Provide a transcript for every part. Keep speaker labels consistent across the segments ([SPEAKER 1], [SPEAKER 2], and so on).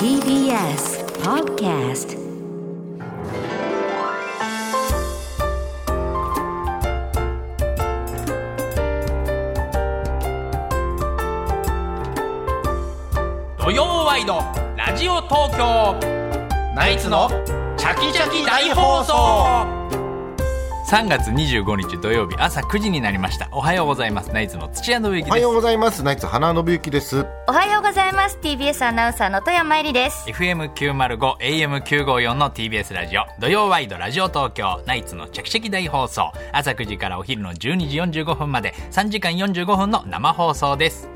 [SPEAKER 1] TBS Podcast
[SPEAKER 2] 土曜ワイドラジオ東京ナイツのチャキチャキ大放送3月25日土曜日朝9時になりましたおはようございますナイツの土屋信之
[SPEAKER 3] おは
[SPEAKER 2] で
[SPEAKER 3] ようございます。ナイツ花信之です。
[SPEAKER 4] おはようございます TBS アナウンサーの富山えりです
[SPEAKER 2] す FM905 AM954 の TBS ラジオ土曜ワイドラジオ東京ナイツのチャキチャキ大放送朝9時からお昼の12時45分まで3時間45分の生放送です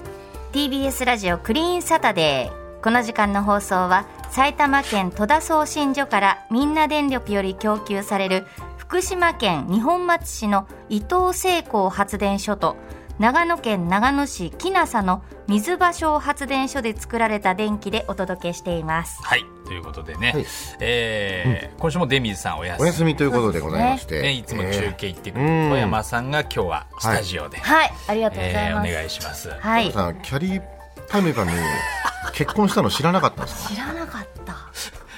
[SPEAKER 4] TBS ラジオクリーンサタデーこの時間の放送は埼玉県戸田送信所からみんな電力より供給される福島県二本松市の伊東製鋼発電所と長野県長野市木那佐の水場小発電所で作られた電気でお届けしています
[SPEAKER 2] はいということでね、
[SPEAKER 3] はい
[SPEAKER 2] えー今週もデミーさんお休
[SPEAKER 3] お
[SPEAKER 2] み
[SPEAKER 3] 休みということでございまして。
[SPEAKER 2] ね、いつも中継行ってくる
[SPEAKER 3] えーうん
[SPEAKER 2] 小山さんが今日はスタジオで、
[SPEAKER 4] はいありがとうござ
[SPEAKER 2] え
[SPEAKER 4] い
[SPEAKER 2] ーお
[SPEAKER 4] ます、
[SPEAKER 2] 願いします。
[SPEAKER 4] はい
[SPEAKER 3] さあキャリーパミュパミュ結婚したの知らなかったんですか。
[SPEAKER 4] 知らなかった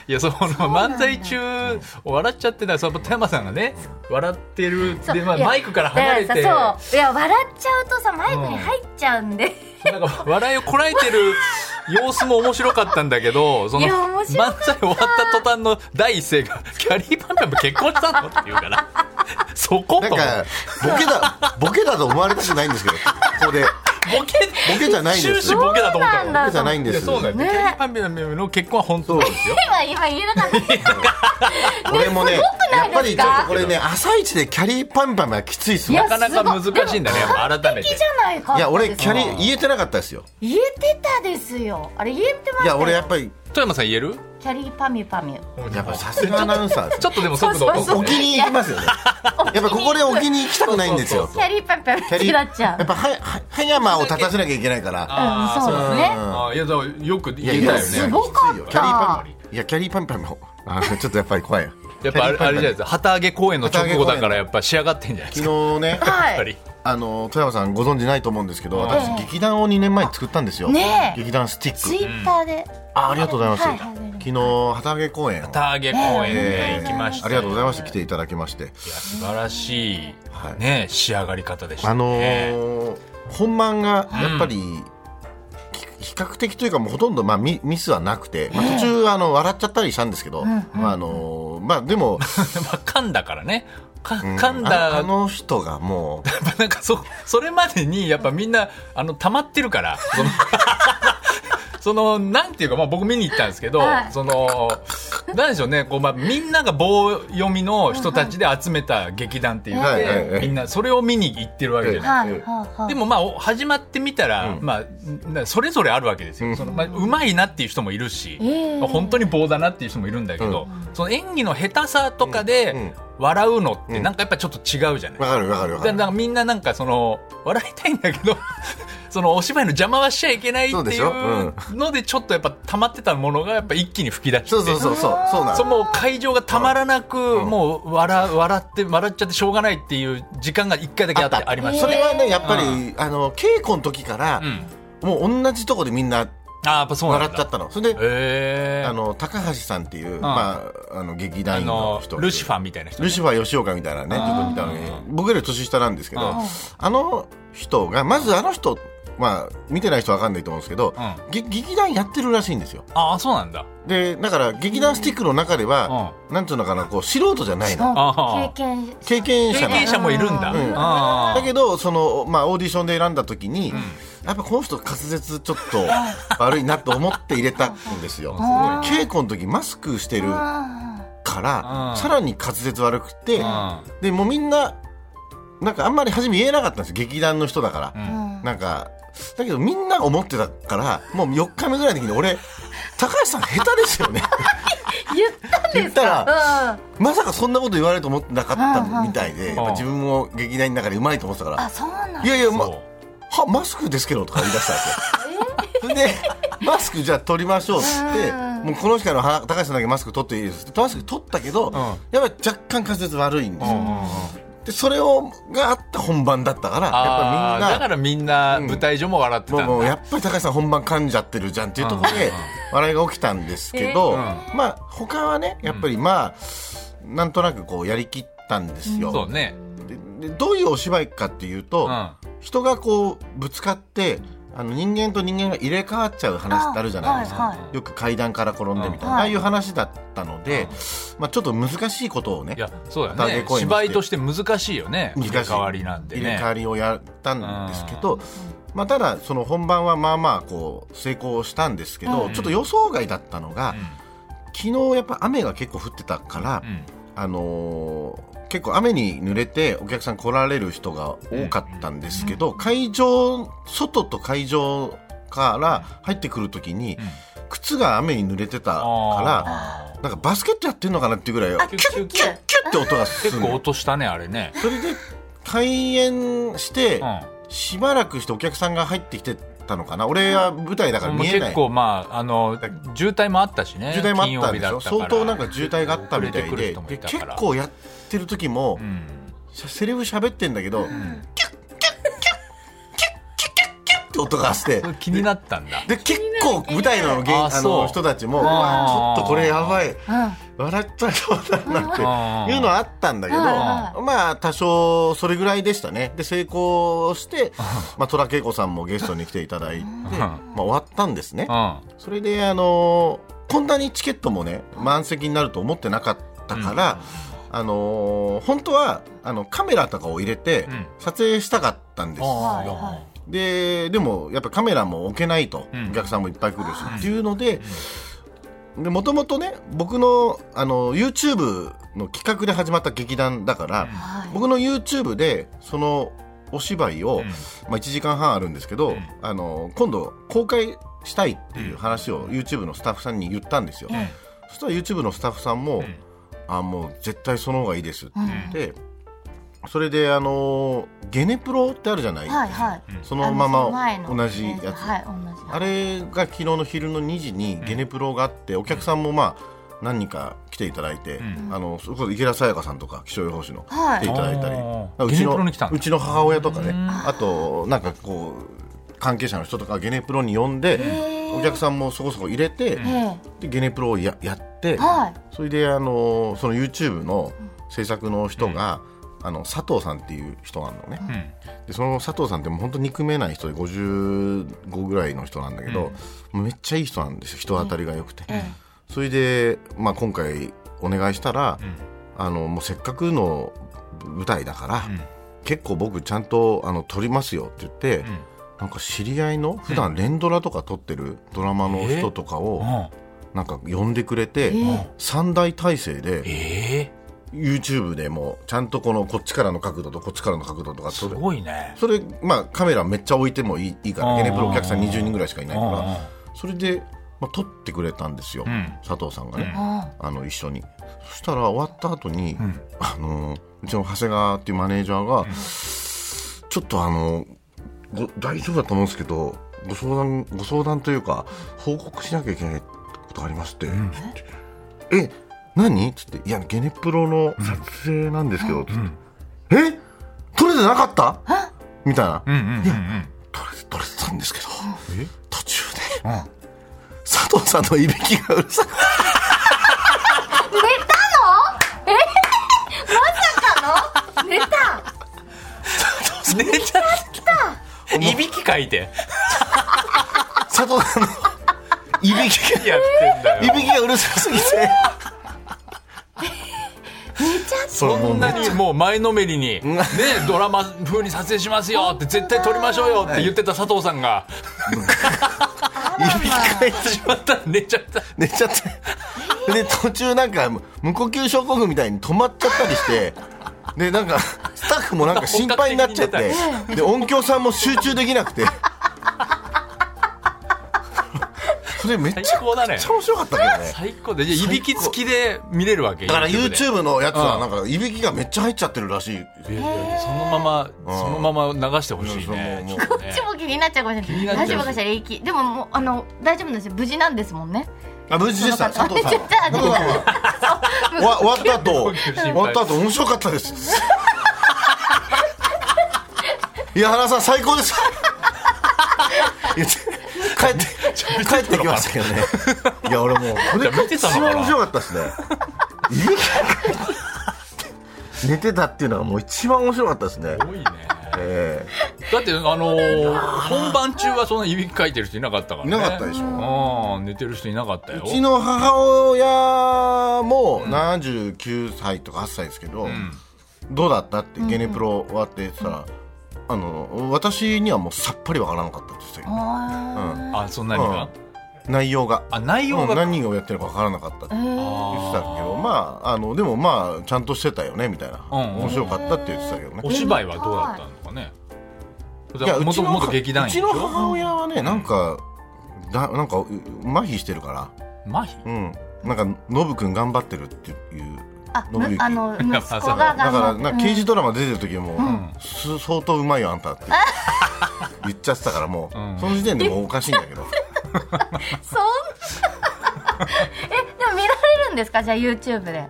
[SPEAKER 2] いやその漫才中笑っちゃってたその山さんがね笑ってる
[SPEAKER 4] そう
[SPEAKER 2] で、まあ、
[SPEAKER 4] いや
[SPEAKER 2] マイクから離れて
[SPEAKER 4] だからさそういや笑っちゃうとさマイクに入っちゃうんで、
[SPEAKER 2] なんか笑いをこらえてる様子も面白かったんだけどその
[SPEAKER 4] いや
[SPEAKER 2] 漫
[SPEAKER 4] 面白かった
[SPEAKER 2] 才終わった途端の第一声が「キャリーパンパンも結婚したの?」って言うからそこ
[SPEAKER 3] な
[SPEAKER 2] と
[SPEAKER 3] んかボケ だボケだと思われたくないんですけど、ここで
[SPEAKER 2] ボケ
[SPEAKER 3] ボケじゃないです
[SPEAKER 2] 終始ボケだと思った
[SPEAKER 4] そう
[SPEAKER 2] の
[SPEAKER 4] なんだ
[SPEAKER 3] ボケじゃないん
[SPEAKER 2] い
[SPEAKER 3] で
[SPEAKER 2] や
[SPEAKER 3] す。
[SPEAKER 2] そうだよね
[SPEAKER 4] ね
[SPEAKER 2] キャリーパンパンの結婚は本当なんですよ
[SPEAKER 4] 今今言えなかった
[SPEAKER 3] これもね、やっぱ
[SPEAKER 4] ないで
[SPEAKER 3] りち
[SPEAKER 4] すか
[SPEAKER 3] ょっとこれね朝一でキャリーパミュパミュはきついっすもん。
[SPEAKER 2] なかなか難しいんだね
[SPEAKER 4] でも
[SPEAKER 2] やっぱ改めて
[SPEAKER 4] 完璧じゃないか
[SPEAKER 3] いや俺キャリ
[SPEAKER 4] ー
[SPEAKER 3] ー言えてなかったですよ。
[SPEAKER 4] 言えてたですよあれ言えてました
[SPEAKER 3] いや
[SPEAKER 4] よ
[SPEAKER 3] 俺やっぱり
[SPEAKER 2] 富山さん言える
[SPEAKER 4] キャリーパミュパミュ
[SPEAKER 3] やっぱさすがアナウンサーです
[SPEAKER 2] ち。ょっとでも速度落とす
[SPEAKER 3] 置き
[SPEAKER 2] ね
[SPEAKER 3] に行 きますよね。やっぱここで置きに行きたくないんですよ
[SPEAKER 2] そうそう。
[SPEAKER 4] キャリーパミュパミュ
[SPEAKER 3] キャ
[SPEAKER 4] っ
[SPEAKER 3] リー
[SPEAKER 4] てなっちゃ
[SPEAKER 3] や
[SPEAKER 4] う
[SPEAKER 3] っぱはは葉山を立たせなきゃいけないから。
[SPEAKER 2] あー
[SPEAKER 4] うんそうですね
[SPEAKER 3] うん
[SPEAKER 2] あーいやだからよく言
[SPEAKER 3] い
[SPEAKER 2] えた
[SPEAKER 3] やいや
[SPEAKER 2] よ
[SPEAKER 3] す
[SPEAKER 2] ね
[SPEAKER 4] ごかっ
[SPEAKER 3] キャリーパ
[SPEAKER 4] た
[SPEAKER 3] ンいやキャリーパンパンもあ のちょっとやっぱり怖いよ
[SPEAKER 2] やっぱあれ
[SPEAKER 3] キャリーパンパン
[SPEAKER 2] あれじゃないですか旗揚げ公演の直後だからやっぱ仕上がってんじゃないですか
[SPEAKER 3] 昨日ね
[SPEAKER 2] やっぱ
[SPEAKER 4] は
[SPEAKER 2] り
[SPEAKER 4] い
[SPEAKER 3] あの富山さんご存知ないと思うんですけど私
[SPEAKER 4] ええ
[SPEAKER 3] 劇団を2年前に作ったんですよ
[SPEAKER 4] ねえ
[SPEAKER 3] 劇団スティ
[SPEAKER 4] ツイ
[SPEAKER 3] ック
[SPEAKER 4] ッターで
[SPEAKER 3] あありがとうございます
[SPEAKER 4] はいはい
[SPEAKER 3] 昨日旗揚げ公演を
[SPEAKER 2] 旗揚げ公演で行きまし
[SPEAKER 3] あ
[SPEAKER 2] た
[SPEAKER 3] り
[SPEAKER 2] よ
[SPEAKER 3] がとうございました来ていただきまして
[SPEAKER 2] いや素晴らしい
[SPEAKER 3] はい
[SPEAKER 2] ね仕上がり方でし
[SPEAKER 3] あ
[SPEAKER 2] た
[SPEAKER 3] の
[SPEAKER 2] ね
[SPEAKER 3] ー本番がやっぱりき比較的というかもうほとんどまあミミスはなくてまあ途中あの笑っちゃったりしたんですけどまああのーまあでも
[SPEAKER 2] まあ噛んだからねか
[SPEAKER 3] うん
[SPEAKER 2] 噛ん
[SPEAKER 3] あ
[SPEAKER 2] だ
[SPEAKER 3] あの人がも う
[SPEAKER 2] なんかそそれまでにやっぱみんなあの溜まってるからその そのなんていうか、まあ、僕見に行ったんですけど、
[SPEAKER 4] はい
[SPEAKER 2] そのなんでしょうねこう、まあ、みんなが棒読みの人たちで集めた劇団っていうの
[SPEAKER 3] はい
[SPEAKER 2] で、
[SPEAKER 3] はいはい
[SPEAKER 2] みんなそれを見に行ってるわけじゃない。
[SPEAKER 4] はいはいはい
[SPEAKER 2] でもまあお始まってみたら、
[SPEAKER 3] うん
[SPEAKER 2] まあなそれぞれあるわけですよ。そのまあ上手いなっていう人もいるし、
[SPEAKER 4] ええ
[SPEAKER 2] 本当に棒だなっていう人もいるんだけど、その演技の下手さとか
[SPEAKER 3] うんうん
[SPEAKER 2] で笑うのってなんかやっぱちょっと違うじゃない。
[SPEAKER 3] わかるわかるわか
[SPEAKER 2] だ
[SPEAKER 3] る
[SPEAKER 2] なんかみんななんかその笑いたいんだけど そのお芝居の邪魔はしちゃいけないって
[SPEAKER 3] そうで
[SPEAKER 2] い
[SPEAKER 3] しょ
[SPEAKER 2] うのでちょっとやっぱ溜まってたものがやっぱ一気に吹き出して
[SPEAKER 3] そうそうそうそうそうな
[SPEAKER 2] そ
[SPEAKER 3] の
[SPEAKER 2] の会場がたまらなく
[SPEAKER 3] ん
[SPEAKER 2] もう笑笑って笑っちゃってしょうがないっていう時間が一回だけあってありまし
[SPEAKER 3] そ
[SPEAKER 2] た
[SPEAKER 3] れはねやっぱり、
[SPEAKER 2] う
[SPEAKER 3] あの稽古の時から、
[SPEAKER 2] うん
[SPEAKER 3] もう同じとこでみんな
[SPEAKER 2] あーやっぱそうなんだ
[SPEAKER 3] 笑っちゃったのそれで、
[SPEAKER 2] へえ
[SPEAKER 3] あの高橋さんっていう、まあ、あの劇団員の人
[SPEAKER 2] ルシファ
[SPEAKER 3] ー
[SPEAKER 2] ーみたいな人
[SPEAKER 3] ルシファー吉岡みたいなねちょっと見たのに僕より年下なんですけどあの人がまずあの人まあ見てない人わかんないと思うんですけど、
[SPEAKER 2] う
[SPEAKER 3] げ劇団やってるらしいんですよ
[SPEAKER 2] ああそうなんだ
[SPEAKER 3] でだから劇団スティックの中では、なんていうのかなこう素人じゃないの
[SPEAKER 2] あ
[SPEAKER 4] 経験
[SPEAKER 3] 経験
[SPEAKER 2] 経
[SPEAKER 3] 者なの
[SPEAKER 2] 験者もいるんだ、
[SPEAKER 3] うん
[SPEAKER 2] あ
[SPEAKER 3] だけどその、まあ、オーディションで選んだ時に、やっぱこの人滑舌ちょっと 悪いなと思って入れたんですよ
[SPEAKER 4] あー
[SPEAKER 3] 稽古の時マスクしてるか
[SPEAKER 4] あ
[SPEAKER 3] ら
[SPEAKER 2] うん
[SPEAKER 3] さらに滑舌悪くて
[SPEAKER 2] あ
[SPEAKER 3] でもうみんななんかあんまり初め言えなかったんです劇団の人だか
[SPEAKER 2] う
[SPEAKER 3] ら、
[SPEAKER 4] ーうんん
[SPEAKER 3] なんかだけどみんなが思ってたからもう4日目ぐらいの時に俺高橋さん下手ですよね
[SPEAKER 4] 言ったん
[SPEAKER 3] 言っ
[SPEAKER 4] です
[SPEAKER 3] た
[SPEAKER 4] からうん
[SPEAKER 3] まさかそんなこと言われると思ってなかったみたい
[SPEAKER 2] うんう
[SPEAKER 3] で
[SPEAKER 2] ん
[SPEAKER 3] やっぱ自分も劇団の中でうまいと思ってたから
[SPEAKER 4] あそうなんだ
[SPEAKER 3] いやいや、ま
[SPEAKER 2] そう、
[SPEAKER 3] はマスクですけどとか言い出したわけそれでマスクじゃあ取りましょうっつって
[SPEAKER 4] うん
[SPEAKER 3] もうこの人のは高橋さんだけマスク取っていいですってマスク取ったけど、やっぱり若干滑舌悪いんですよ、
[SPEAKER 2] うんうんうん
[SPEAKER 3] でそれをがあった本番だったからやっ
[SPEAKER 2] あーだ
[SPEAKER 3] ぱ
[SPEAKER 2] からみんな舞台上も笑って
[SPEAKER 3] みん
[SPEAKER 2] た
[SPEAKER 3] なんもうもう
[SPEAKER 2] だ
[SPEAKER 3] やっぱり高橋さん本番噛んじゃってるじゃんっていうところで笑いが起きたんですけど、まあ他はねやっぱりまあ、なんとなくこうやりきったんですよ。
[SPEAKER 2] そうね
[SPEAKER 3] ででどういうお芝居かっていうと、
[SPEAKER 2] うん
[SPEAKER 3] 人がこうぶつかってあの人間と人間が入れ替わっちゃう話ってあるじゃないですか、
[SPEAKER 4] あはいは
[SPEAKER 3] よく階段から転んでみたいな、
[SPEAKER 4] うん
[SPEAKER 3] ああいう話だったので、まあ、ちょっと難しいことをね
[SPEAKER 2] いやそうだ
[SPEAKER 3] 投
[SPEAKER 2] ね
[SPEAKER 3] げ声にして
[SPEAKER 2] 芝居として難しいよね
[SPEAKER 3] 難
[SPEAKER 2] 入
[SPEAKER 3] しい
[SPEAKER 2] れ替わりなんで
[SPEAKER 3] 入れ
[SPEAKER 2] ね
[SPEAKER 3] 替わりをやったんですけど、まあ、ただその本番はまあまあこう成功したんですけど、ちょっと予想外だったのが、昨日やっぱ雨が結構降ってたから、
[SPEAKER 2] ん
[SPEAKER 3] あのー結構雨に濡れてお客さん来られる人が多かったんですけど、会場外と会場から入ってくる時に、靴が雨に濡れてたか
[SPEAKER 2] あ
[SPEAKER 3] らなんかバスケットやってんのかなっていうぐらいキュ
[SPEAKER 4] あ
[SPEAKER 3] ッ
[SPEAKER 4] キュッキュッ
[SPEAKER 3] キュッて音が
[SPEAKER 2] ー
[SPEAKER 3] する
[SPEAKER 2] 結
[SPEAKER 3] の
[SPEAKER 2] 構落としたねあれね
[SPEAKER 3] それで開演して、
[SPEAKER 2] うん
[SPEAKER 3] しばらくしてお客さんが入ってきてたのかな俺は舞台だから見えない
[SPEAKER 2] 結構まああの渋滞もあったしね
[SPEAKER 3] 渋滞もあったんで
[SPEAKER 2] 金
[SPEAKER 3] し
[SPEAKER 2] 曜
[SPEAKER 3] ょ
[SPEAKER 2] 日だた
[SPEAKER 3] 相当なんか渋滞があったみたい
[SPEAKER 2] 遅れてく
[SPEAKER 3] で
[SPEAKER 2] る人もい
[SPEAKER 3] で
[SPEAKER 2] たか
[SPEAKER 3] 結
[SPEAKER 2] ら
[SPEAKER 3] 構やってる時も、
[SPEAKER 2] うん
[SPEAKER 3] セリフ喋ってんだけど、キュッキュッキュッキュッキュッキュッキュッって音がして
[SPEAKER 2] それ気になったんだ
[SPEAKER 3] で結構舞台の芸
[SPEAKER 2] あー
[SPEAKER 3] あ
[SPEAKER 2] そう
[SPEAKER 3] の人たちも
[SPEAKER 2] あー
[SPEAKER 3] うわちょっとこれやばい
[SPEAKER 4] うん
[SPEAKER 3] 笑っちゃいそうだな
[SPEAKER 2] あ
[SPEAKER 3] っ
[SPEAKER 2] ー
[SPEAKER 3] ていうのはあったんだけど
[SPEAKER 4] あ
[SPEAKER 3] まあ多少それぐらいでしたねで成功して、まあ、戸田恵子さんもゲストに来ていただいて、まあ、終わったんですね
[SPEAKER 2] うん
[SPEAKER 3] それであのーこんなにチケットもね満席になると思ってなかったから、あのー本当はあのカメラとかを入れて
[SPEAKER 2] うん
[SPEAKER 3] 撮影したかったんですよ、
[SPEAKER 2] あ
[SPEAKER 3] ででもやっぱカメラも置けないと、
[SPEAKER 2] うん
[SPEAKER 3] お客さんもいっぱい来るし、っていうのでもともとね僕のあの YouTube の企画で始まった劇団だから、
[SPEAKER 4] はい
[SPEAKER 3] 僕の YouTube でそのお芝居を、
[SPEAKER 2] ん
[SPEAKER 3] まあ、1時間半あるんですけど、
[SPEAKER 2] ん
[SPEAKER 3] あの今度公開したいっていう話を YouTube のスタッフさんに言ったんですよ、
[SPEAKER 2] ん
[SPEAKER 3] そしたら YouTube のスタッフさんも「
[SPEAKER 2] ん
[SPEAKER 3] あもう絶対その方がいいです」って言って、それであのゲネプロってあるじゃない、
[SPEAKER 4] はいはい
[SPEAKER 3] そ
[SPEAKER 4] そ
[SPEAKER 3] のまま同じやつ
[SPEAKER 4] はい同じ
[SPEAKER 3] あれが昨日の昼の2時にゲネプロがあって、お客さんもまあ何人か来ていただいて、あのそれこそ池田沙耶香さんとか気象予報士の
[SPEAKER 4] は
[SPEAKER 3] 来
[SPEAKER 4] い
[SPEAKER 3] ていただいたり、
[SPEAKER 2] あー
[SPEAKER 3] うち
[SPEAKER 2] ゲネプロ
[SPEAKER 3] の
[SPEAKER 2] に来たんだ
[SPEAKER 3] うちの母親とかねあとなんかこう関係者の人とかゲネプロに呼んでお客さんもそこそこ入れて、
[SPEAKER 4] え
[SPEAKER 3] でゲネプロをややって、
[SPEAKER 4] えはい
[SPEAKER 3] それであのその YouTube の制作の人が、あの佐藤さんっていう人なのね、でその佐藤さんってもう本当憎めない人で55ぐらいの人なんだけど、めっちゃいい人なんですよ人当たりが良くて、それで、まあ、今回お願いしたら、あのもうせっかくの舞台だから、結構僕ちゃんとあの撮りますよって言って、なんか知り合いの普段連ドラとか撮ってるドラマの人とかを、
[SPEAKER 2] うん
[SPEAKER 3] なんか呼んでくれて、三大体制で
[SPEAKER 2] え
[SPEAKER 3] YouTube でもちゃんとこのこっちからの角度とこっちからの角度とか
[SPEAKER 2] ーす
[SPEAKER 3] それ
[SPEAKER 2] ごいね
[SPEAKER 3] それまあカメラめっちゃ置いてもいいいいか
[SPEAKER 2] う
[SPEAKER 3] ら
[SPEAKER 2] ん
[SPEAKER 3] ゲネプロお客さん20人ぐらいしかいないか
[SPEAKER 2] うん
[SPEAKER 3] らそれで、まあ、撮ってくれたんですよ、
[SPEAKER 2] ん
[SPEAKER 3] 佐藤さんがね、あの一緒にそしたら終わった後に、あのうちの長谷川っていうマネージャーが、ちょっとあのご大丈夫だと思うんですけどご相談ご相談というか報告しなきゃいけないことがありまして、え何つって「いやゲネプロの撮影なんですけど」つって「え撮れてなかった?」みたいな「
[SPEAKER 2] うんうんうんうん
[SPEAKER 3] 撮れて撮れてたんですけど途中で、佐藤さんのいびきがうるさくて
[SPEAKER 4] 出た
[SPEAKER 2] 寝ちゃったいびきかいて
[SPEAKER 3] 佐藤さんのいびきが
[SPEAKER 2] やってんだ
[SPEAKER 3] いびきがうる さすぎて
[SPEAKER 2] そんなにもう前のめりに、ね、ドラマ風に撮影しますよって絶対撮りましょうよって言ってた佐藤さんが
[SPEAKER 3] いびきかいて
[SPEAKER 2] 始まったら寝ちゃった
[SPEAKER 3] 寝ちゃってで途中なんか無呼吸症候群みたいに止まっちゃったりしてでなんかスタッフもなんか心配になっちゃってで音響さんも集中できなくて それめっちゃ
[SPEAKER 2] 最高だね
[SPEAKER 3] めっちゃ面白かったけどね
[SPEAKER 2] 最高でいやいびきつきで見れるわけ
[SPEAKER 3] だから
[SPEAKER 2] で
[SPEAKER 3] YouTube のやつはなんかいびきがめっちゃ入っちゃってるらしい
[SPEAKER 2] いやいやそのままそのまま流してほしいね
[SPEAKER 3] うん
[SPEAKER 2] ちょっとね
[SPEAKER 4] こっちも気になっちゃうかもし
[SPEAKER 2] 気に
[SPEAKER 4] れ
[SPEAKER 2] な
[SPEAKER 4] な
[SPEAKER 2] っ
[SPEAKER 4] い
[SPEAKER 2] ちゃう
[SPEAKER 4] 大丈夫かしら霊気でももうあの大丈夫なんですよ無事なんですもんね
[SPEAKER 3] あ無事でした佐藤さんは
[SPEAKER 4] じゃあ
[SPEAKER 3] 佐藤さんは終わ終わった後
[SPEAKER 2] 呼吸心配
[SPEAKER 3] 終わった後面白かったです いや原さん最高です いや帰って帰ってきましたけどねいや俺もうこ
[SPEAKER 2] いや
[SPEAKER 3] れ
[SPEAKER 2] 見てたのかな
[SPEAKER 3] 一番面白かったですね家帰って寝てたっていうのはもう一番面白かったですね
[SPEAKER 2] すごいね
[SPEAKER 3] え
[SPEAKER 2] だってあのー本番中はそんな指かいてる人いなかったから
[SPEAKER 3] えい
[SPEAKER 2] ね
[SPEAKER 3] なかったでしょ
[SPEAKER 2] ああ寝てる人いなかったよ
[SPEAKER 3] うちの母親も79歳とか8歳ですけど、
[SPEAKER 2] ん
[SPEAKER 3] どうだったってゲネプロ終わって言ったら、あの私にはもうさっぱりわからなかったって言ってたけど、
[SPEAKER 4] あ
[SPEAKER 2] あそんなにか、
[SPEAKER 3] うん内容が
[SPEAKER 2] あ内容が、
[SPEAKER 3] うん何をやってるかわからなかったって
[SPEAKER 4] ー
[SPEAKER 3] 言って
[SPEAKER 4] へー
[SPEAKER 3] たけど
[SPEAKER 2] あ
[SPEAKER 3] まああのでもまあちゃんとしてたよねみたいな、
[SPEAKER 2] うん
[SPEAKER 3] 面白かったって言ってたけどね
[SPEAKER 2] ーお芝居はどうだったのかね
[SPEAKER 3] いや
[SPEAKER 2] も
[SPEAKER 3] う
[SPEAKER 2] と
[SPEAKER 3] ちの
[SPEAKER 2] もと劇団員
[SPEAKER 3] う
[SPEAKER 2] でしょ
[SPEAKER 3] ちの母親はねなんかだなんかう麻痺してるから
[SPEAKER 2] 麻痺
[SPEAKER 3] うんなんかノブくん頑張ってるっていう
[SPEAKER 4] あ
[SPEAKER 3] 信之
[SPEAKER 4] あ の息子
[SPEAKER 2] そう
[SPEAKER 4] が
[SPEAKER 3] だ
[SPEAKER 4] 頑
[SPEAKER 3] から
[SPEAKER 4] 張
[SPEAKER 3] なん
[SPEAKER 4] っ
[SPEAKER 3] か
[SPEAKER 4] て
[SPEAKER 3] 刑事ドラマ出てる時も、
[SPEAKER 2] ん
[SPEAKER 3] す相当うまいよあんたって言っちゃってたからもう、
[SPEAKER 2] うん
[SPEAKER 3] その時点でもうおかしいんだけど
[SPEAKER 4] そんな えでも見られるんですかじゃあ YouTube で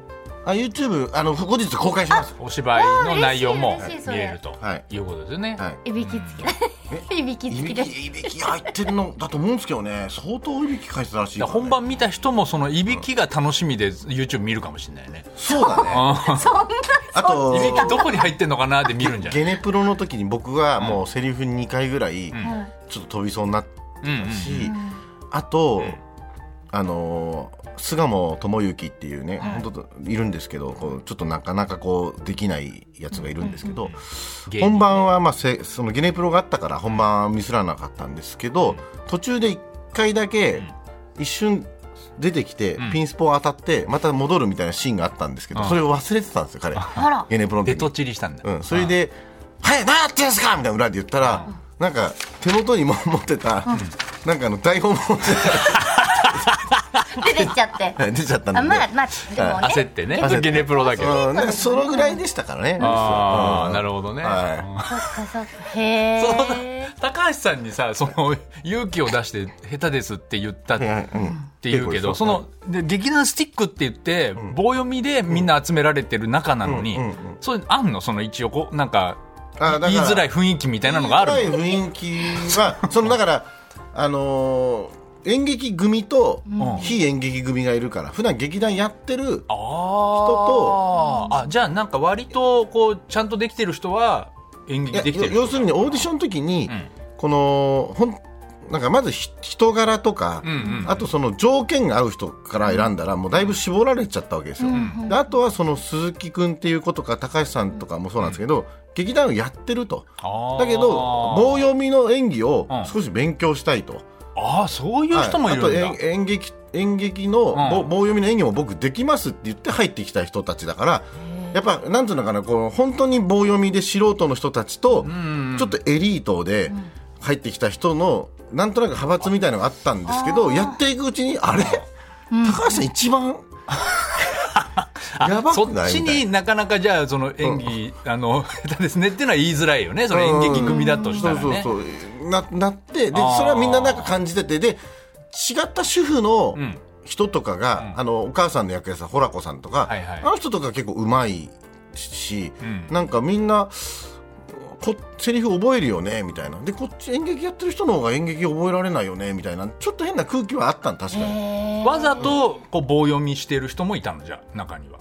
[SPEAKER 3] あ YouTube あの後日公開します
[SPEAKER 2] お芝居の内容も
[SPEAKER 4] あー嬉しい嬉しいそ
[SPEAKER 2] 見
[SPEAKER 4] れ
[SPEAKER 2] えると
[SPEAKER 3] はい
[SPEAKER 2] いうことですよね、
[SPEAKER 3] はい
[SPEAKER 4] いびきつき いびき
[SPEAKER 3] い
[SPEAKER 4] つ
[SPEAKER 3] び
[SPEAKER 4] きです
[SPEAKER 3] きいびき入ってるのだと思うんですけどね相当いびき書いてたらしい
[SPEAKER 2] だ
[SPEAKER 3] から
[SPEAKER 2] から本
[SPEAKER 3] ね、
[SPEAKER 2] 番見た人もそのいびきが楽しみで YouTube 見るかもしれないね
[SPEAKER 3] そう だね
[SPEAKER 2] あ
[SPEAKER 4] そんな
[SPEAKER 3] あと
[SPEAKER 2] ーいびきどこに入ってんのかなで見るんじゃない
[SPEAKER 3] ゲネプロの時に僕がもうセリフ2回ぐらい
[SPEAKER 2] ん
[SPEAKER 4] はい
[SPEAKER 3] ちょっと飛びそうになって
[SPEAKER 2] うんうん
[SPEAKER 3] たし、あと、あのー巣鴨智之っていうね、本当いるんですけどこうちょっとなかなかこうできないやつがいるんですけど、
[SPEAKER 2] 芸人
[SPEAKER 3] 本番は、まあ、せそのゲネプロがあったから本番はミスらなかったんですけど、途中で1回だけ一瞬出てきて、ピンスポ当たってまた戻るみたいなシーンがあったんですけど、それを忘れてたんですよ彼
[SPEAKER 4] あら
[SPEAKER 3] ゲネプロの時
[SPEAKER 2] で
[SPEAKER 3] に
[SPEAKER 2] とっちりしたんだ、
[SPEAKER 3] うん、それで「はい何やってんすか!」みたいな裏で言ったら、なんか手元にも持ってた、なんかあの台本も持って
[SPEAKER 4] 出てっちゃって
[SPEAKER 3] た 出ちゃったんで、
[SPEAKER 4] あまあまあでもね
[SPEAKER 2] 焦ってね
[SPEAKER 3] 焦って
[SPEAKER 2] ゲネプロだけど
[SPEAKER 3] うんなんかそのぐらいでしたからね
[SPEAKER 2] ああ、
[SPEAKER 3] うん
[SPEAKER 2] なるほどね、
[SPEAKER 3] は
[SPEAKER 4] そっかそっか
[SPEAKER 2] そん
[SPEAKER 4] へえ
[SPEAKER 2] な高橋さんにさその勇気を出して下手ですって言ったっ
[SPEAKER 3] い、はい
[SPEAKER 2] て
[SPEAKER 3] うん
[SPEAKER 2] 言うけど、そので劇団スティックって言って、棒読みでみんな集められてる中なのに、
[SPEAKER 3] うんうんうん
[SPEAKER 2] そういうのあんのその一応こうなんか
[SPEAKER 3] あだから
[SPEAKER 2] 言いづらい雰囲気みたいなのがあるの
[SPEAKER 3] 言いづらい雰囲気はそのだからあのー演劇組と
[SPEAKER 2] ん
[SPEAKER 3] 非演劇組がいるから普段劇団やってる
[SPEAKER 2] あ人とあじゃあなんか割とこうちゃんとできてる人は演
[SPEAKER 3] い
[SPEAKER 2] 劇
[SPEAKER 3] や
[SPEAKER 2] できてる
[SPEAKER 3] 要するにオーディションの時に、
[SPEAKER 2] ん
[SPEAKER 3] このほんなんかまずひ人柄とか、
[SPEAKER 2] うんうん
[SPEAKER 3] あとその条件が合う人から選んだらもうだいぶ絞られちゃったわけですよ、であとはその鈴木君っていう子とか高橋さんとかもそうなんですけど、劇団をやってると
[SPEAKER 2] あー
[SPEAKER 3] だけど棒読みの演技を少し勉強したいと、
[SPEAKER 2] ああそういう人もいるんだ、
[SPEAKER 3] はいあと演演劇演劇の、
[SPEAKER 2] ん
[SPEAKER 3] ぼ棒読みの演技も僕できますって言って入ってきた人たちだからやっぱなんていうのかなこう本当に棒読みで素人の人たちと、ちょっとエリートで入ってきた人のなんとなく派閥みたいのがあったんですけどやっていくうちにあれ、高橋さん一番やば
[SPEAKER 2] そ
[SPEAKER 3] く
[SPEAKER 2] っ
[SPEAKER 3] ない
[SPEAKER 2] ち
[SPEAKER 3] みたい
[SPEAKER 2] になかなかじゃあその演技、あの 下手ですねっていうのは言いづらいよねその演劇組だとした
[SPEAKER 3] な
[SPEAKER 2] らね、
[SPEAKER 3] そうそうそうななってで
[SPEAKER 2] あー
[SPEAKER 3] それはみんななんか感じててで違った主婦の、
[SPEAKER 2] うん
[SPEAKER 3] 人とかが、あのお母さんの役やさほらこさんとか、
[SPEAKER 2] はいはい
[SPEAKER 3] あの人とか結構うまいし、
[SPEAKER 2] うん
[SPEAKER 3] なんかみんなこセリフ覚えるよねみたいなでこっち演劇やってる人の方が演劇覚えられないよねみたいなちょっと変な空気はあったの確かに、
[SPEAKER 2] わざとこう棒読みしてる人もいたのじゃあ中には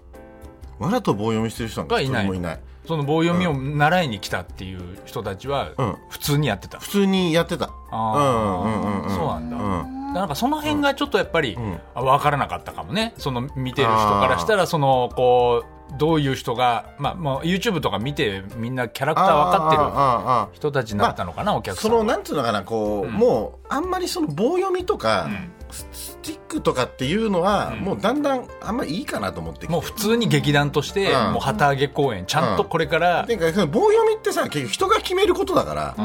[SPEAKER 3] わざと棒読みしてる人なんか
[SPEAKER 2] がい
[SPEAKER 3] 一
[SPEAKER 2] ない
[SPEAKER 3] 人もいない
[SPEAKER 2] その棒読みを習いに来たっていう人たちは
[SPEAKER 3] うん
[SPEAKER 2] 普通にやってた、
[SPEAKER 3] 普通にやってたうんう
[SPEAKER 2] あ
[SPEAKER 3] んうん
[SPEAKER 2] あ
[SPEAKER 3] うん
[SPEAKER 2] そうなんだ、
[SPEAKER 3] うん
[SPEAKER 2] なんかその辺がちょっとやっぱり、
[SPEAKER 3] ん
[SPEAKER 2] あ分からなかったかもねその見てる人からしたらそのこうどういう人が、まあ、まあ YouTube とか見てみんなキャラクター分
[SPEAKER 3] あー
[SPEAKER 2] かってる
[SPEAKER 3] あーあーあー
[SPEAKER 2] 人たちになったのかな、お客さ
[SPEAKER 3] そ
[SPEAKER 2] んは
[SPEAKER 3] のなんていうのかなこ
[SPEAKER 2] ん
[SPEAKER 3] う、もうあんまりその棒読みとか、ススティックとかっていうのは、もうだんだんあんまりいいかなと思ってきて
[SPEAKER 2] もう普通に劇団として、
[SPEAKER 3] うん
[SPEAKER 2] もう旗揚げ公演ちゃんとこれから、
[SPEAKER 3] なんかその棒読みってさ結局人が決めることだから、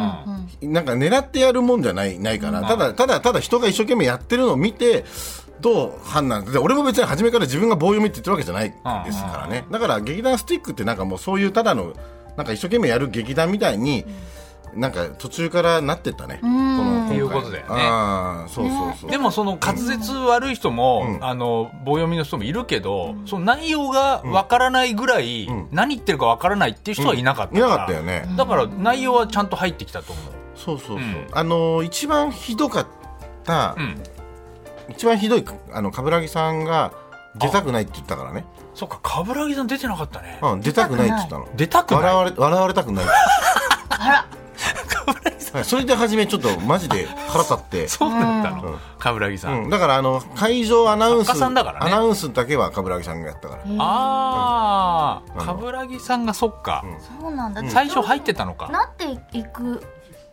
[SPEAKER 3] なんか狙ってやるもんじゃないないから、ただただただ人が一生懸命やってるのを見てどう判断で俺も別に初めから自分が棒読みって言ってるわけじゃないですからね、だから劇団スティックってなんかもうそういうただのなんか一生懸命やる劇団みたいに、なんか途中からなってったね。
[SPEAKER 4] ん
[SPEAKER 3] この
[SPEAKER 2] っていうことだよね
[SPEAKER 3] ああ、そうそうそう。
[SPEAKER 2] でもその滑舌悪い人も、
[SPEAKER 3] うん
[SPEAKER 2] あの棒読みの人もいるけど、その内容がわからないぐらい、
[SPEAKER 3] ん
[SPEAKER 2] 何言ってるかわからないっていう人はいなかった
[SPEAKER 3] い
[SPEAKER 2] から、
[SPEAKER 3] なかったよね。
[SPEAKER 2] だから内容はちゃんと入ってきたと思う、
[SPEAKER 3] そうそうそう。
[SPEAKER 2] うん
[SPEAKER 3] あの一番ひどかった、
[SPEAKER 2] うん、
[SPEAKER 3] 一番ひどいあの冠城さんが出たくないって言ったからね。
[SPEAKER 2] そっか冠城さん出てなかったね、
[SPEAKER 3] うん、出たくないって言ったの。
[SPEAKER 2] 出たく
[SPEAKER 3] 笑
[SPEAKER 2] ない
[SPEAKER 3] われ笑われたくない。はいそれで初めちょっとマジ で腹立って。
[SPEAKER 2] そうだったの、
[SPEAKER 3] うん
[SPEAKER 2] 冠城さん、
[SPEAKER 3] うん、だからあの会場アナウンス、
[SPEAKER 2] 作家さんだからね
[SPEAKER 3] アナウンスだけは冠城さんがやったから。
[SPEAKER 2] ああ
[SPEAKER 3] うん
[SPEAKER 2] 冠城さんがそっか、
[SPEAKER 4] そうなんだ、
[SPEAKER 2] 最初入ってたのか、
[SPEAKER 4] なっていく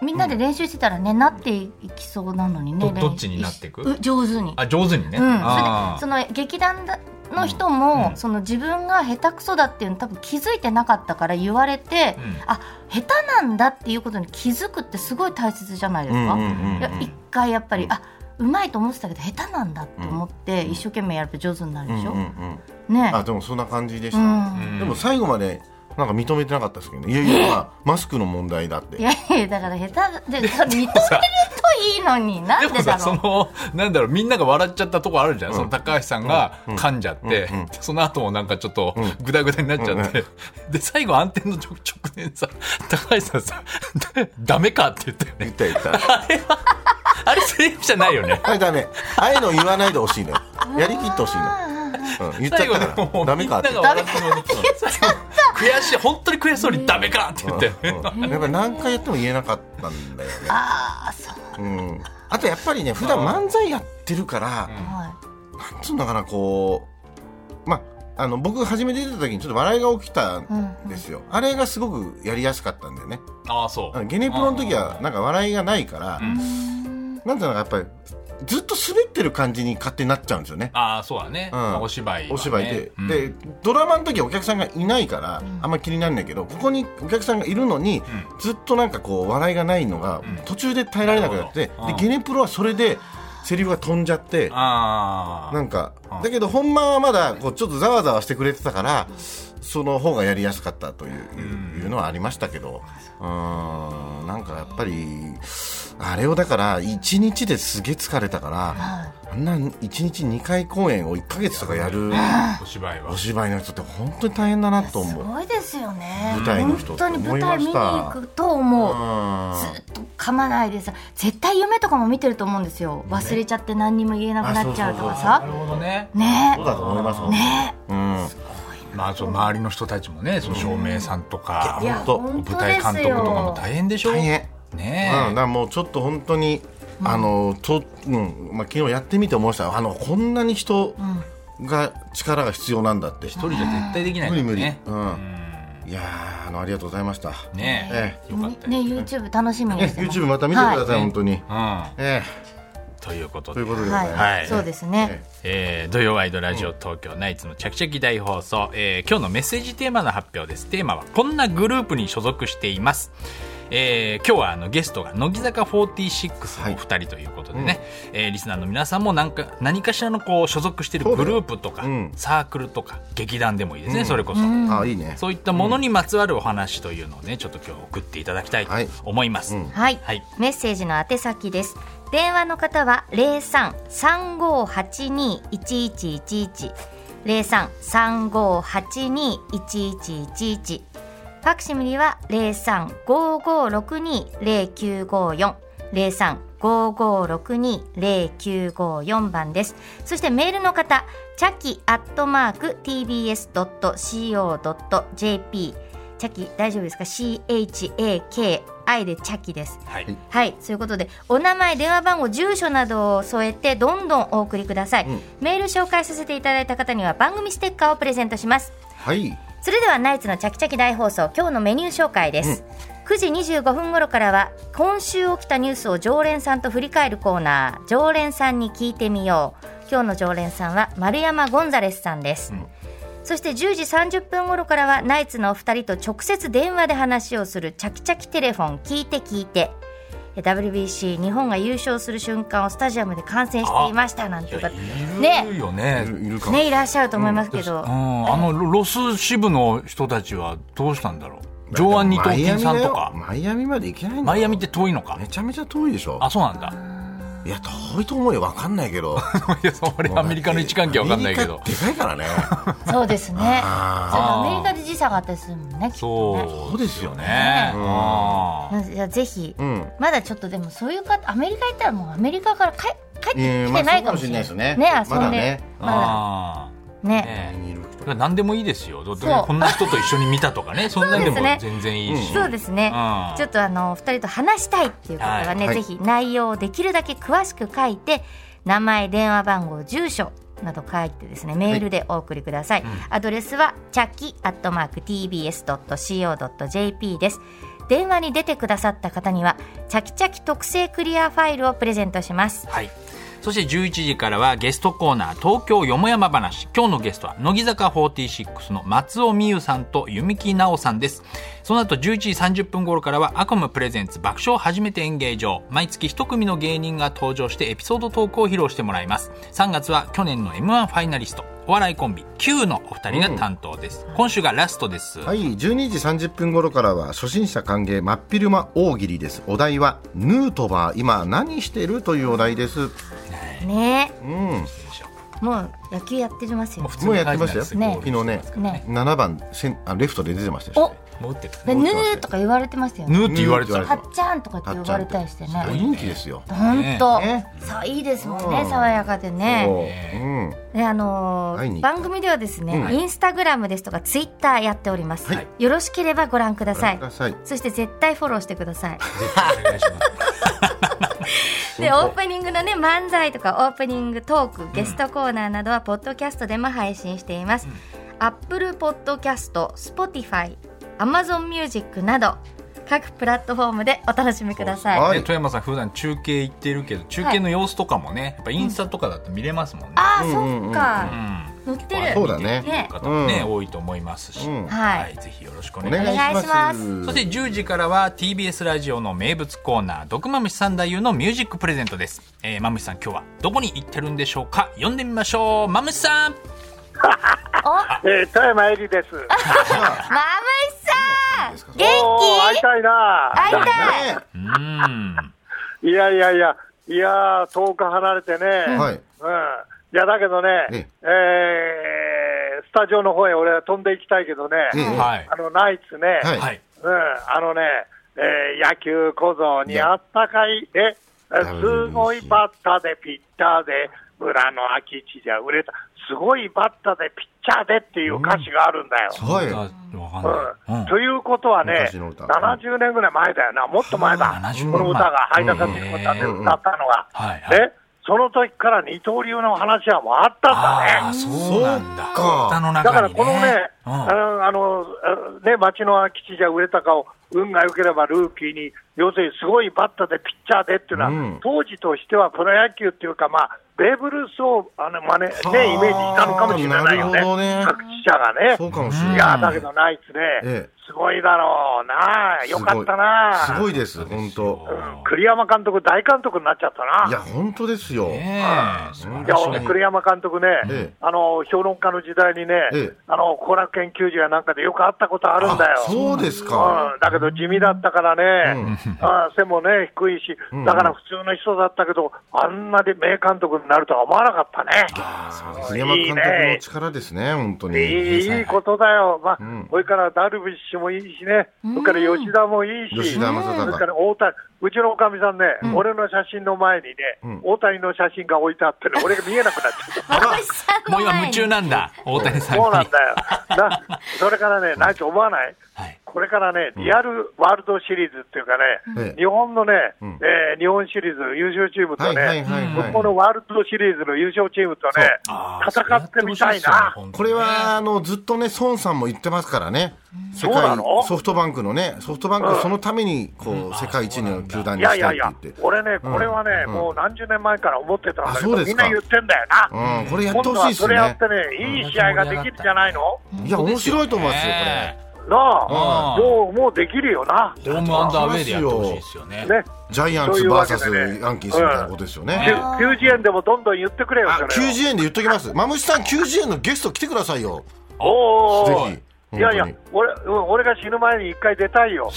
[SPEAKER 4] みんなで練習してたらね、なっていきそうなのにね
[SPEAKER 2] ど
[SPEAKER 4] 練習
[SPEAKER 2] どっちになっていく
[SPEAKER 4] う上手に
[SPEAKER 2] あ上手にね、
[SPEAKER 4] うん、それで
[SPEAKER 2] あー
[SPEAKER 4] その劇団だの人も、その自分が下手くそだっていうの多分気づいてなかったから言われて、
[SPEAKER 2] うん
[SPEAKER 4] あ下手なんだっていうことに気づくってすごい大切じゃないですか。
[SPEAKER 3] うんうんうんうん
[SPEAKER 4] いや一回やっぱり、あうまいと思ってたけど下手なんだって思って、一生懸命やると上手になる
[SPEAKER 3] うんう
[SPEAKER 4] で
[SPEAKER 3] ん
[SPEAKER 4] しょ、
[SPEAKER 3] うん。
[SPEAKER 4] ね
[SPEAKER 3] あでもそんな感じでした、
[SPEAKER 4] うん
[SPEAKER 3] でも最後までなんか認めてなかったですけどねいやいや、まあマスクの問題だって
[SPEAKER 4] いやいやだから下手でだから認めるといいのにな
[SPEAKER 2] で
[SPEAKER 4] んで
[SPEAKER 2] もさ、
[SPEAKER 4] だ
[SPEAKER 2] そ
[SPEAKER 4] ろう
[SPEAKER 2] の、なんだろう、みんなが笑っちゃったとこあるじゃん。その高橋さんが噛んじゃって、
[SPEAKER 3] うんうん
[SPEAKER 2] その後もなんかちょっとグダグダになっちゃって、で、最後暗転の直直前さ、高橋さん さ、ダメかって言ったよ
[SPEAKER 3] 言っ
[SPEAKER 2] ね。
[SPEAKER 3] た言った
[SPEAKER 2] あれセーフじゃないよね。
[SPEAKER 3] あれダメああいうの言わないでほしいのよやりきってほしいの、うん、言っちゃ
[SPEAKER 2] 最
[SPEAKER 3] っ
[SPEAKER 2] 後
[SPEAKER 3] た
[SPEAKER 2] で
[SPEAKER 3] か
[SPEAKER 2] も
[SPEAKER 3] ら
[SPEAKER 2] う
[SPEAKER 3] ダ
[SPEAKER 2] み
[SPEAKER 3] メ
[SPEAKER 2] ん
[SPEAKER 3] か
[SPEAKER 2] な
[SPEAKER 3] って
[SPEAKER 2] が笑ってもらって 悔しい、本当に悔しそうにダメかって言って。
[SPEAKER 3] うんやっぱり何回やっても言えなかったんだよね
[SPEAKER 4] ああそう
[SPEAKER 3] うんあとやっぱりね普段漫才やってるから、
[SPEAKER 4] はい
[SPEAKER 3] なんつうんだかなこうまああの僕初めて出た時にちょっと笑いが起きたんですよ、あれがすごくやりやすかったんだよね
[SPEAKER 2] ああ、そう。
[SPEAKER 3] ゲネプロの時はなんか笑いがないから、なんていうのかやっぱりずっと滑ってる感じに勝手になっちゃうんですよね
[SPEAKER 2] ああ、そうだね。
[SPEAKER 3] うん
[SPEAKER 2] まあお芝居はね、
[SPEAKER 3] お芝居で、
[SPEAKER 2] うん
[SPEAKER 3] でドラマの時はお客さんがいないからあんまり気にならないけどここにお客さんがいるのに、ずっとなんかこう笑いがないのが途中で耐えられなくなっ
[SPEAKER 2] な
[SPEAKER 3] て、
[SPEAKER 2] るほどうん
[SPEAKER 3] でゲネプロはそれでセリフが飛んじゃって
[SPEAKER 2] あ
[SPEAKER 3] なんか
[SPEAKER 2] うん
[SPEAKER 3] だけど本番はまだこうちょっとざわざわしてくれてたからその方がやりやすかったという,、いうのはありましたけどうーんなんかやっぱりあれをだから1日ですげえ疲れたからあんな1日2回公演を1ヶ月とかやる
[SPEAKER 2] あ、お芝居は
[SPEAKER 3] お。芝居の人って本当に大変だなと
[SPEAKER 4] す
[SPEAKER 3] 思う。
[SPEAKER 4] ごいですよね
[SPEAKER 3] 舞台の人
[SPEAKER 4] 本当に舞台見に行くと
[SPEAKER 3] う
[SPEAKER 4] 思うず
[SPEAKER 3] ん
[SPEAKER 4] っと噛まないでさ絶対夢とかも見てると思うんですよ忘れちゃって何にも言えなくなっちゃうとか
[SPEAKER 3] あ
[SPEAKER 2] な
[SPEAKER 4] さ
[SPEAKER 2] るほどね。
[SPEAKER 4] ね
[SPEAKER 3] そうだと思います。
[SPEAKER 4] ね
[SPEAKER 3] うん。
[SPEAKER 2] まあ、その周りの人たちもね、その照明さんとか、
[SPEAKER 4] いや
[SPEAKER 3] 本当
[SPEAKER 4] 本
[SPEAKER 2] 舞
[SPEAKER 4] 当
[SPEAKER 2] 台
[SPEAKER 4] で
[SPEAKER 2] 監
[SPEAKER 4] す
[SPEAKER 2] 督とかも
[SPEAKER 4] よ
[SPEAKER 2] 大変でしょ
[SPEAKER 3] 大変。
[SPEAKER 2] ね
[SPEAKER 3] うん、
[SPEAKER 2] え
[SPEAKER 3] だからもうちょっと本当に、あのと、うんまあ、昨日やってみて思いましたあのこんなに人が力が必要なんだって、
[SPEAKER 2] 一人じゃ絶対できないか
[SPEAKER 3] 無
[SPEAKER 2] ら
[SPEAKER 3] 理
[SPEAKER 2] ね
[SPEAKER 3] 無理、
[SPEAKER 2] ね
[SPEAKER 3] うんいやーあのありがとうございました、
[SPEAKER 2] えね
[SPEAKER 3] え
[SPEAKER 2] えよかった
[SPEAKER 4] ね
[SPEAKER 2] よ、ね
[SPEAKER 4] YouTube 楽しみに
[SPEAKER 3] え
[SPEAKER 4] してます
[SPEAKER 3] YouTube また見てください、
[SPEAKER 2] はい
[SPEAKER 3] 本当に、
[SPEAKER 2] うん、
[SPEAKER 3] え
[SPEAKER 2] ということ
[SPEAKER 3] えと
[SPEAKER 2] で
[SPEAKER 3] いうことでござ
[SPEAKER 4] はいい、
[SPEAKER 3] ます、
[SPEAKER 2] はい
[SPEAKER 4] そうですね
[SPEAKER 3] え
[SPEAKER 2] えー土曜ワイドラジオ東京ナイツのちゃきちゃき大放送、えー今日のメッセージテーマの発表ですテーマはこんなグループに所属していますえー今日はあのゲストが乃木坂46のお二人ということでね、えーリスナーの皆さんもなんか何かしらのこう所属しているグループとか、
[SPEAKER 3] そうだようん
[SPEAKER 2] サークルとか劇団でもいいですね、それこそ、
[SPEAKER 3] あいいね
[SPEAKER 2] そういったものにまつわるお話というのをねちょっと今日送っていただきたいと思います、
[SPEAKER 4] はい、
[SPEAKER 2] はい
[SPEAKER 4] メッセージの宛先です電話の方は零三三五八二一一一一零三三五八二一一一一ファクシミリは零三五五六二零九五四零三五五六二零九五四番です。そしてメールの方、チャキアットマーク tbs ドット co ドット jp チャキ大丈夫ですか ?CHAKI でチャキです。
[SPEAKER 2] はい
[SPEAKER 4] はい、ということでお名前電話番号住所などを添えてどんどんお送りください、メール紹介させていただいた方には番組ステッカーをプレゼントします
[SPEAKER 3] はい
[SPEAKER 4] それではナイツのチャキチャキ大放送今日のメニュー紹介です、9時25分頃からは今週起きたニュースを常連さんと振り返るコーナー常連さんに聞いてみよう今日の常連さんは丸山ゴンザレスさんです、そして10時30分頃からはナイツのお二人と直接電話で話をするチャキチャキテレフォン聞いて聞いて WBC 日本が優勝する瞬間をスタジアムで観戦していましたなんていう方
[SPEAKER 2] い
[SPEAKER 4] ね
[SPEAKER 2] るよね
[SPEAKER 3] いるいるかも、
[SPEAKER 4] ねいらっしゃると思いますけ
[SPEAKER 2] う
[SPEAKER 4] ど、
[SPEAKER 2] ん、あのロロス支部の人たちはどうしたんだろう上腕二頭筋さんとか
[SPEAKER 3] マイアミだよマイアミまで行けないんだ
[SPEAKER 2] マイアミって遠いのか
[SPEAKER 3] めちゃめちゃ遠いでしょ
[SPEAKER 2] あそうなんだ
[SPEAKER 3] いや遠いと思うよ分かんないけど
[SPEAKER 2] いやそ れアメリカの位置関係わかんないけど
[SPEAKER 3] アメリカでかいからね
[SPEAKER 4] そうですね
[SPEAKER 3] あ
[SPEAKER 4] そのアメリカで時差があったりするもんね
[SPEAKER 3] ー
[SPEAKER 4] きっとね
[SPEAKER 2] そ
[SPEAKER 3] そうですよ
[SPEAKER 2] う
[SPEAKER 3] ね
[SPEAKER 2] ね
[SPEAKER 3] う
[SPEAKER 2] うんん
[SPEAKER 4] なじゃあぜひ、
[SPEAKER 3] うん
[SPEAKER 4] まだちょっとでもそういう方アメリカ行ったらもうアメリカから帰帰ってき
[SPEAKER 3] えーま
[SPEAKER 4] て
[SPEAKER 3] あ
[SPEAKER 4] ないかもしれない
[SPEAKER 3] そうかもしれないですねま
[SPEAKER 4] ね遊
[SPEAKER 3] だ
[SPEAKER 4] んで
[SPEAKER 3] ね
[SPEAKER 4] ま
[SPEAKER 2] あ
[SPEAKER 4] だね
[SPEAKER 2] あね
[SPEAKER 3] ミルクと
[SPEAKER 2] だから
[SPEAKER 3] か
[SPEAKER 2] 何でもいいですよだって
[SPEAKER 4] そう
[SPEAKER 2] こんな人と一緒に見たとかねそんなんでも
[SPEAKER 4] そうですね
[SPEAKER 2] 全然いいし
[SPEAKER 4] そうですね
[SPEAKER 2] うん
[SPEAKER 4] ちょっとあの二人と話したいっていう方はね、
[SPEAKER 3] はい
[SPEAKER 4] ぜひ内容をできるだけ詳しく書いて名前電話番号住所など書いてですねメールでお送りください、アドレスはチャキアットマーク TBS.CO.JP です電話に出てくださった方にはチャキチャキ特製クリアファイルをプレゼントします
[SPEAKER 2] はい。そして11時からはゲストコーナー東京よもやま話今日のゲストは乃木坂46の松尾美優さんと弓木奈緒さんですその後11時30分頃からはアコムプレゼンツ爆笑初めて演芸場毎月一組の芸人が登場してエピソードトークを披露してもらいます3月は去年の m 1ファイナリストお笑いコンビ Q のお二人が担当です、今週がラストです、
[SPEAKER 3] はい12時30分頃からは初心者歓迎真っ昼間大喜利ですお題はヌートバー今何してるというお題です
[SPEAKER 4] ね
[SPEAKER 3] うん
[SPEAKER 4] えもう野球やってますよね
[SPEAKER 3] もうやってましたよ
[SPEAKER 2] 普通に
[SPEAKER 4] ね
[SPEAKER 2] 書い
[SPEAKER 3] 昨
[SPEAKER 2] て
[SPEAKER 3] 日
[SPEAKER 2] あるんで
[SPEAKER 3] ね
[SPEAKER 2] すけど
[SPEAKER 4] ね
[SPEAKER 3] 7番センあレフトで出てましたし
[SPEAKER 4] お
[SPEAKER 2] もう打ってた
[SPEAKER 4] で
[SPEAKER 2] ね
[SPEAKER 4] ヌーとか言われてますよね
[SPEAKER 2] ヌーって言われてた
[SPEAKER 4] はっちゃんとかって呼ばれたりしてね
[SPEAKER 3] 大人気ですよ、
[SPEAKER 4] 本当、
[SPEAKER 3] ね
[SPEAKER 4] さあいいですもん
[SPEAKER 3] う
[SPEAKER 4] ね
[SPEAKER 3] ん
[SPEAKER 4] 爽やかでね
[SPEAKER 3] そううん
[SPEAKER 4] であのー
[SPEAKER 3] 会いに行っ
[SPEAKER 4] 番組ではですね、
[SPEAKER 3] うん
[SPEAKER 4] インスタグラムですとかツイッターやっております、
[SPEAKER 3] はい
[SPEAKER 4] よろしければご覧ください
[SPEAKER 3] ご覧ください
[SPEAKER 4] そして絶対フォローしてく ださい
[SPEAKER 2] お願いします
[SPEAKER 4] でオープニングのね漫才とかオープニングトークゲストコーナーなどはポッドキャストでも配信しています、アップルポッドキャスト Spotify アマゾンミュージックなど各プラットフォームでお楽しみください
[SPEAKER 3] そうそうはい
[SPEAKER 2] ね富山さん普段中継行ってるけど中継の様子とかもね、やっぱインスタとかだと見れますもんね、
[SPEAKER 4] ああ、
[SPEAKER 3] うんうん
[SPEAKER 2] う
[SPEAKER 3] うん
[SPEAKER 4] そっか
[SPEAKER 2] ん、
[SPEAKER 4] 載ってる
[SPEAKER 3] そうだね
[SPEAKER 4] ね
[SPEAKER 2] 方もね、
[SPEAKER 3] う
[SPEAKER 2] 多いと思いますし、
[SPEAKER 3] うん
[SPEAKER 4] はい
[SPEAKER 2] ぜひよろしくお
[SPEAKER 3] お
[SPEAKER 2] 願いし
[SPEAKER 3] 願
[SPEAKER 2] ます
[SPEAKER 3] いしま
[SPEAKER 4] お
[SPEAKER 3] す
[SPEAKER 2] そして10時からは TBS ラジオの名物コーナー「毒まむし三太夫のミュージックプレゼント」です、えー、まむしさん今日はどこに行ってるんでしょうか呼んでみましょうまむしさん
[SPEAKER 5] えー、富山えりです。
[SPEAKER 4] まぶしさん元気
[SPEAKER 5] おー会いたいな。
[SPEAKER 4] 会いたい
[SPEAKER 3] ね
[SPEAKER 2] うーん
[SPEAKER 5] いやいやいや、いやー、遠く離れてね。
[SPEAKER 3] は
[SPEAKER 5] うん。い
[SPEAKER 3] い
[SPEAKER 5] や、だけどね、
[SPEAKER 3] え
[SPEAKER 5] えースタジオの方へ俺は飛んでいきたいけどね、
[SPEAKER 3] ええ
[SPEAKER 2] はい
[SPEAKER 5] あの、ナイツね、
[SPEAKER 3] はい
[SPEAKER 2] はい
[SPEAKER 5] うん、あのね、えー野球小僧にあったかい、え、すごいバッターでピッターで、村の空き地じゃ売れた、すごいバッターでピッチャーでっていう歌詞があるんだよ。
[SPEAKER 3] はい
[SPEAKER 2] わかんない、うん
[SPEAKER 5] ということはね、
[SPEAKER 3] 昔の歌
[SPEAKER 5] 70年ぐらい前だよな、もっと前
[SPEAKER 2] 70
[SPEAKER 5] だ、
[SPEAKER 2] 年前
[SPEAKER 5] この歌が、はいだかってこたで歌ったのが、
[SPEAKER 2] はいはい
[SPEAKER 5] ね、その時から二刀流の話はもうあった
[SPEAKER 2] ああ
[SPEAKER 5] んだね。
[SPEAKER 2] そうなんだ
[SPEAKER 3] そうか
[SPEAKER 2] 歌の
[SPEAKER 5] だか
[SPEAKER 2] 中
[SPEAKER 5] ら
[SPEAKER 2] に、ね、
[SPEAKER 5] このね、
[SPEAKER 2] う
[SPEAKER 5] あ
[SPEAKER 2] ん
[SPEAKER 5] のあのあね町の空き地じゃ売れたかを、運が良ければルーキーに、要するにすごいバッターでピッチャーでっていうのは、
[SPEAKER 3] うん
[SPEAKER 5] 当時としてはプロ野球っていうか、まあ、ベーブ・ルースをあの真似、ね、イメージしたのかもしれないよ
[SPEAKER 3] なるほど
[SPEAKER 5] ね、
[SPEAKER 3] ね
[SPEAKER 5] 各記者がね。
[SPEAKER 3] そうかもしれない
[SPEAKER 5] いやーだけどナイツね、
[SPEAKER 3] ええ
[SPEAKER 5] すごいだろうなあ、よかったなあ、
[SPEAKER 3] すごいです本
[SPEAKER 2] う
[SPEAKER 3] 当
[SPEAKER 2] ん
[SPEAKER 5] 栗山監督、大監督になっちゃった
[SPEAKER 3] い
[SPEAKER 5] な。
[SPEAKER 3] や本当ですよ
[SPEAKER 2] ねえ素
[SPEAKER 5] い
[SPEAKER 2] 晴
[SPEAKER 5] や
[SPEAKER 2] らしい
[SPEAKER 5] 俺栗山監督ね、
[SPEAKER 3] ええ
[SPEAKER 5] あの評論家の時代にね、
[SPEAKER 3] ええ
[SPEAKER 5] あの後楽園球児やなんかでよく会ったことあるんだよ。
[SPEAKER 3] そうですか
[SPEAKER 5] うんだけど地味だったからね、あ背もね、低いし、
[SPEAKER 3] ん
[SPEAKER 5] だから普通の人だったけど、あんなで名監督になるとは思わなかったね。
[SPEAKER 3] 栗山監督の力ですね本当に
[SPEAKER 5] いいいいことだよ、まあ
[SPEAKER 3] ん
[SPEAKER 5] これからダルビッシュもいいしね、それから吉田もいいし、
[SPEAKER 3] 吉田正尚
[SPEAKER 5] それから大谷、うちのおかみさんね、俺の写真の前にね、
[SPEAKER 3] ん
[SPEAKER 5] 大谷の写真が置いてあってね、俺が見えなくなっち ゃった。
[SPEAKER 4] まぶしさん
[SPEAKER 2] も
[SPEAKER 4] の
[SPEAKER 2] う今
[SPEAKER 4] 前
[SPEAKER 2] 夢
[SPEAKER 4] に
[SPEAKER 2] 中なんだ大谷さんに
[SPEAKER 5] そうなんだよ。なそれからね、なんか思わない
[SPEAKER 2] はい
[SPEAKER 5] これからね、リアルワールドシリーズっていうかね、
[SPEAKER 3] うん
[SPEAKER 5] 日本のね、
[SPEAKER 3] ん
[SPEAKER 5] えー日本シリーズ優勝チームと
[SPEAKER 3] はいはい
[SPEAKER 5] ね、
[SPEAKER 3] はい
[SPEAKER 5] 向こうの
[SPEAKER 3] は
[SPEAKER 5] ワールドシリーズの優勝チームとね、
[SPEAKER 2] あー
[SPEAKER 5] 戦ってみたいな。
[SPEAKER 2] そうやってほしですよね
[SPEAKER 3] いこれはあのずっとね孫さんも言ってますからね世
[SPEAKER 5] そうな
[SPEAKER 3] 界
[SPEAKER 5] の
[SPEAKER 3] ソフトバンクのねソフトバンクそのためにこう世界一の球団
[SPEAKER 5] い
[SPEAKER 3] に
[SPEAKER 5] や
[SPEAKER 3] し
[SPEAKER 5] い
[SPEAKER 3] た
[SPEAKER 5] や
[SPEAKER 3] い
[SPEAKER 5] い
[SPEAKER 3] って
[SPEAKER 5] や
[SPEAKER 3] 言って、
[SPEAKER 5] 俺ね、これはね、
[SPEAKER 3] うん
[SPEAKER 5] もう何十年前から思ってたんだけ
[SPEAKER 3] あそ
[SPEAKER 5] ど、
[SPEAKER 3] うで
[SPEAKER 5] み
[SPEAKER 3] す
[SPEAKER 5] ん
[SPEAKER 3] か
[SPEAKER 5] な言ってんだよな。
[SPEAKER 3] うんこれやってほしいですよ
[SPEAKER 5] 今度は
[SPEAKER 3] ね
[SPEAKER 5] それやってね、いい試合ができるじゃないの
[SPEAKER 3] いや面白いと思いますよこれ
[SPEAKER 2] ね
[SPEAKER 5] なあ、
[SPEAKER 2] うん
[SPEAKER 5] もう、もうできるよな。
[SPEAKER 2] ホームアンダーウェイでやってほしいですよね
[SPEAKER 5] ね。
[SPEAKER 3] ジャイアンツ VS ヤンキースみたいなことですよね。
[SPEAKER 5] きゅ90円でもどんどん言ってくれよ、
[SPEAKER 3] あ
[SPEAKER 5] それを。
[SPEAKER 3] 90円で言っときます。マムシさん90円のゲスト来てくださいよ。
[SPEAKER 5] おーおーおー
[SPEAKER 3] ぜひ。
[SPEAKER 5] いやいや
[SPEAKER 3] 本当に、
[SPEAKER 5] 俺、うん、俺が死ぬ前に一回出たいよ。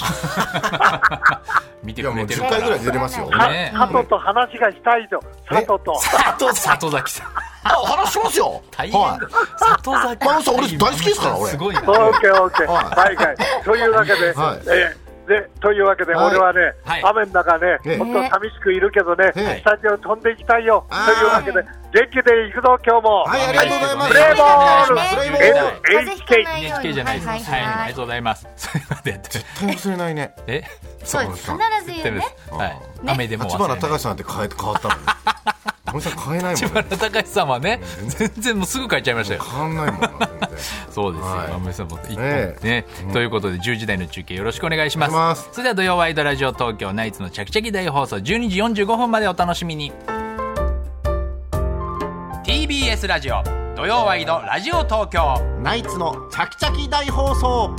[SPEAKER 2] 見て
[SPEAKER 3] いや
[SPEAKER 2] く
[SPEAKER 3] もう
[SPEAKER 2] れてる
[SPEAKER 3] 10
[SPEAKER 2] か
[SPEAKER 3] 回ぐらい
[SPEAKER 2] ら
[SPEAKER 3] 出れますよ。
[SPEAKER 5] か
[SPEAKER 2] ね
[SPEAKER 5] 佐藤と話がしたいと、佐藤と。
[SPEAKER 3] 里さん
[SPEAKER 2] 里崎さん
[SPEAKER 3] あ話しますよ。
[SPEAKER 2] 大変だ、
[SPEAKER 3] はい
[SPEAKER 2] 里崎
[SPEAKER 3] 真野さん俺大好きですから俺
[SPEAKER 2] すごいな
[SPEAKER 5] オーケーオーケー。
[SPEAKER 3] は
[SPEAKER 5] はいはい。というわけで、
[SPEAKER 3] はい
[SPEAKER 5] えーで、というわけで、
[SPEAKER 3] はい
[SPEAKER 5] 俺はね、
[SPEAKER 2] はい
[SPEAKER 5] 雨の中ね、
[SPEAKER 3] ええ
[SPEAKER 5] 本当寂しくいるけどね、
[SPEAKER 3] ええ
[SPEAKER 5] スタジオ飛んでいきたいよ。
[SPEAKER 3] あ
[SPEAKER 5] と
[SPEAKER 3] ー
[SPEAKER 5] いうわけで、元気で行くぞ、今日も。
[SPEAKER 3] はいありがとうございます。
[SPEAKER 5] プレーボール
[SPEAKER 3] プレーボ
[SPEAKER 5] え
[SPEAKER 3] ール。
[SPEAKER 5] ー
[SPEAKER 4] 風邪ひかないよう
[SPEAKER 2] NHK
[SPEAKER 4] に
[SPEAKER 2] じゃないですはい、
[SPEAKER 4] はい
[SPEAKER 2] あ
[SPEAKER 4] は
[SPEAKER 2] り
[SPEAKER 4] い
[SPEAKER 2] がとうございますすいません
[SPEAKER 3] 絶対忘れないね。
[SPEAKER 2] え
[SPEAKER 4] そうです必ず言うね
[SPEAKER 2] はい、雨でも
[SPEAKER 3] 立
[SPEAKER 2] 忘れな
[SPEAKER 3] 花
[SPEAKER 2] い
[SPEAKER 3] 隆さんって変え変わったの。森さん変えないもん
[SPEAKER 2] 立
[SPEAKER 3] ね。
[SPEAKER 2] 花隆さんはね全然もうすぐ書いちゃいましたよ
[SPEAKER 3] 変わんないもんな。全然
[SPEAKER 2] そうですよ、
[SPEAKER 3] はい
[SPEAKER 2] まあ森さんも一本
[SPEAKER 3] ねえ
[SPEAKER 2] ね、ということで10時台の中継よろしくお願いします
[SPEAKER 3] お願いします
[SPEAKER 2] それでは土曜ワイドラジオ東京ナイツのチャキチャキ大放送12時45分までお楽しみに TBS ラジオ土曜ワイドラジオ東京
[SPEAKER 6] ナイツのチャキチャキ大放送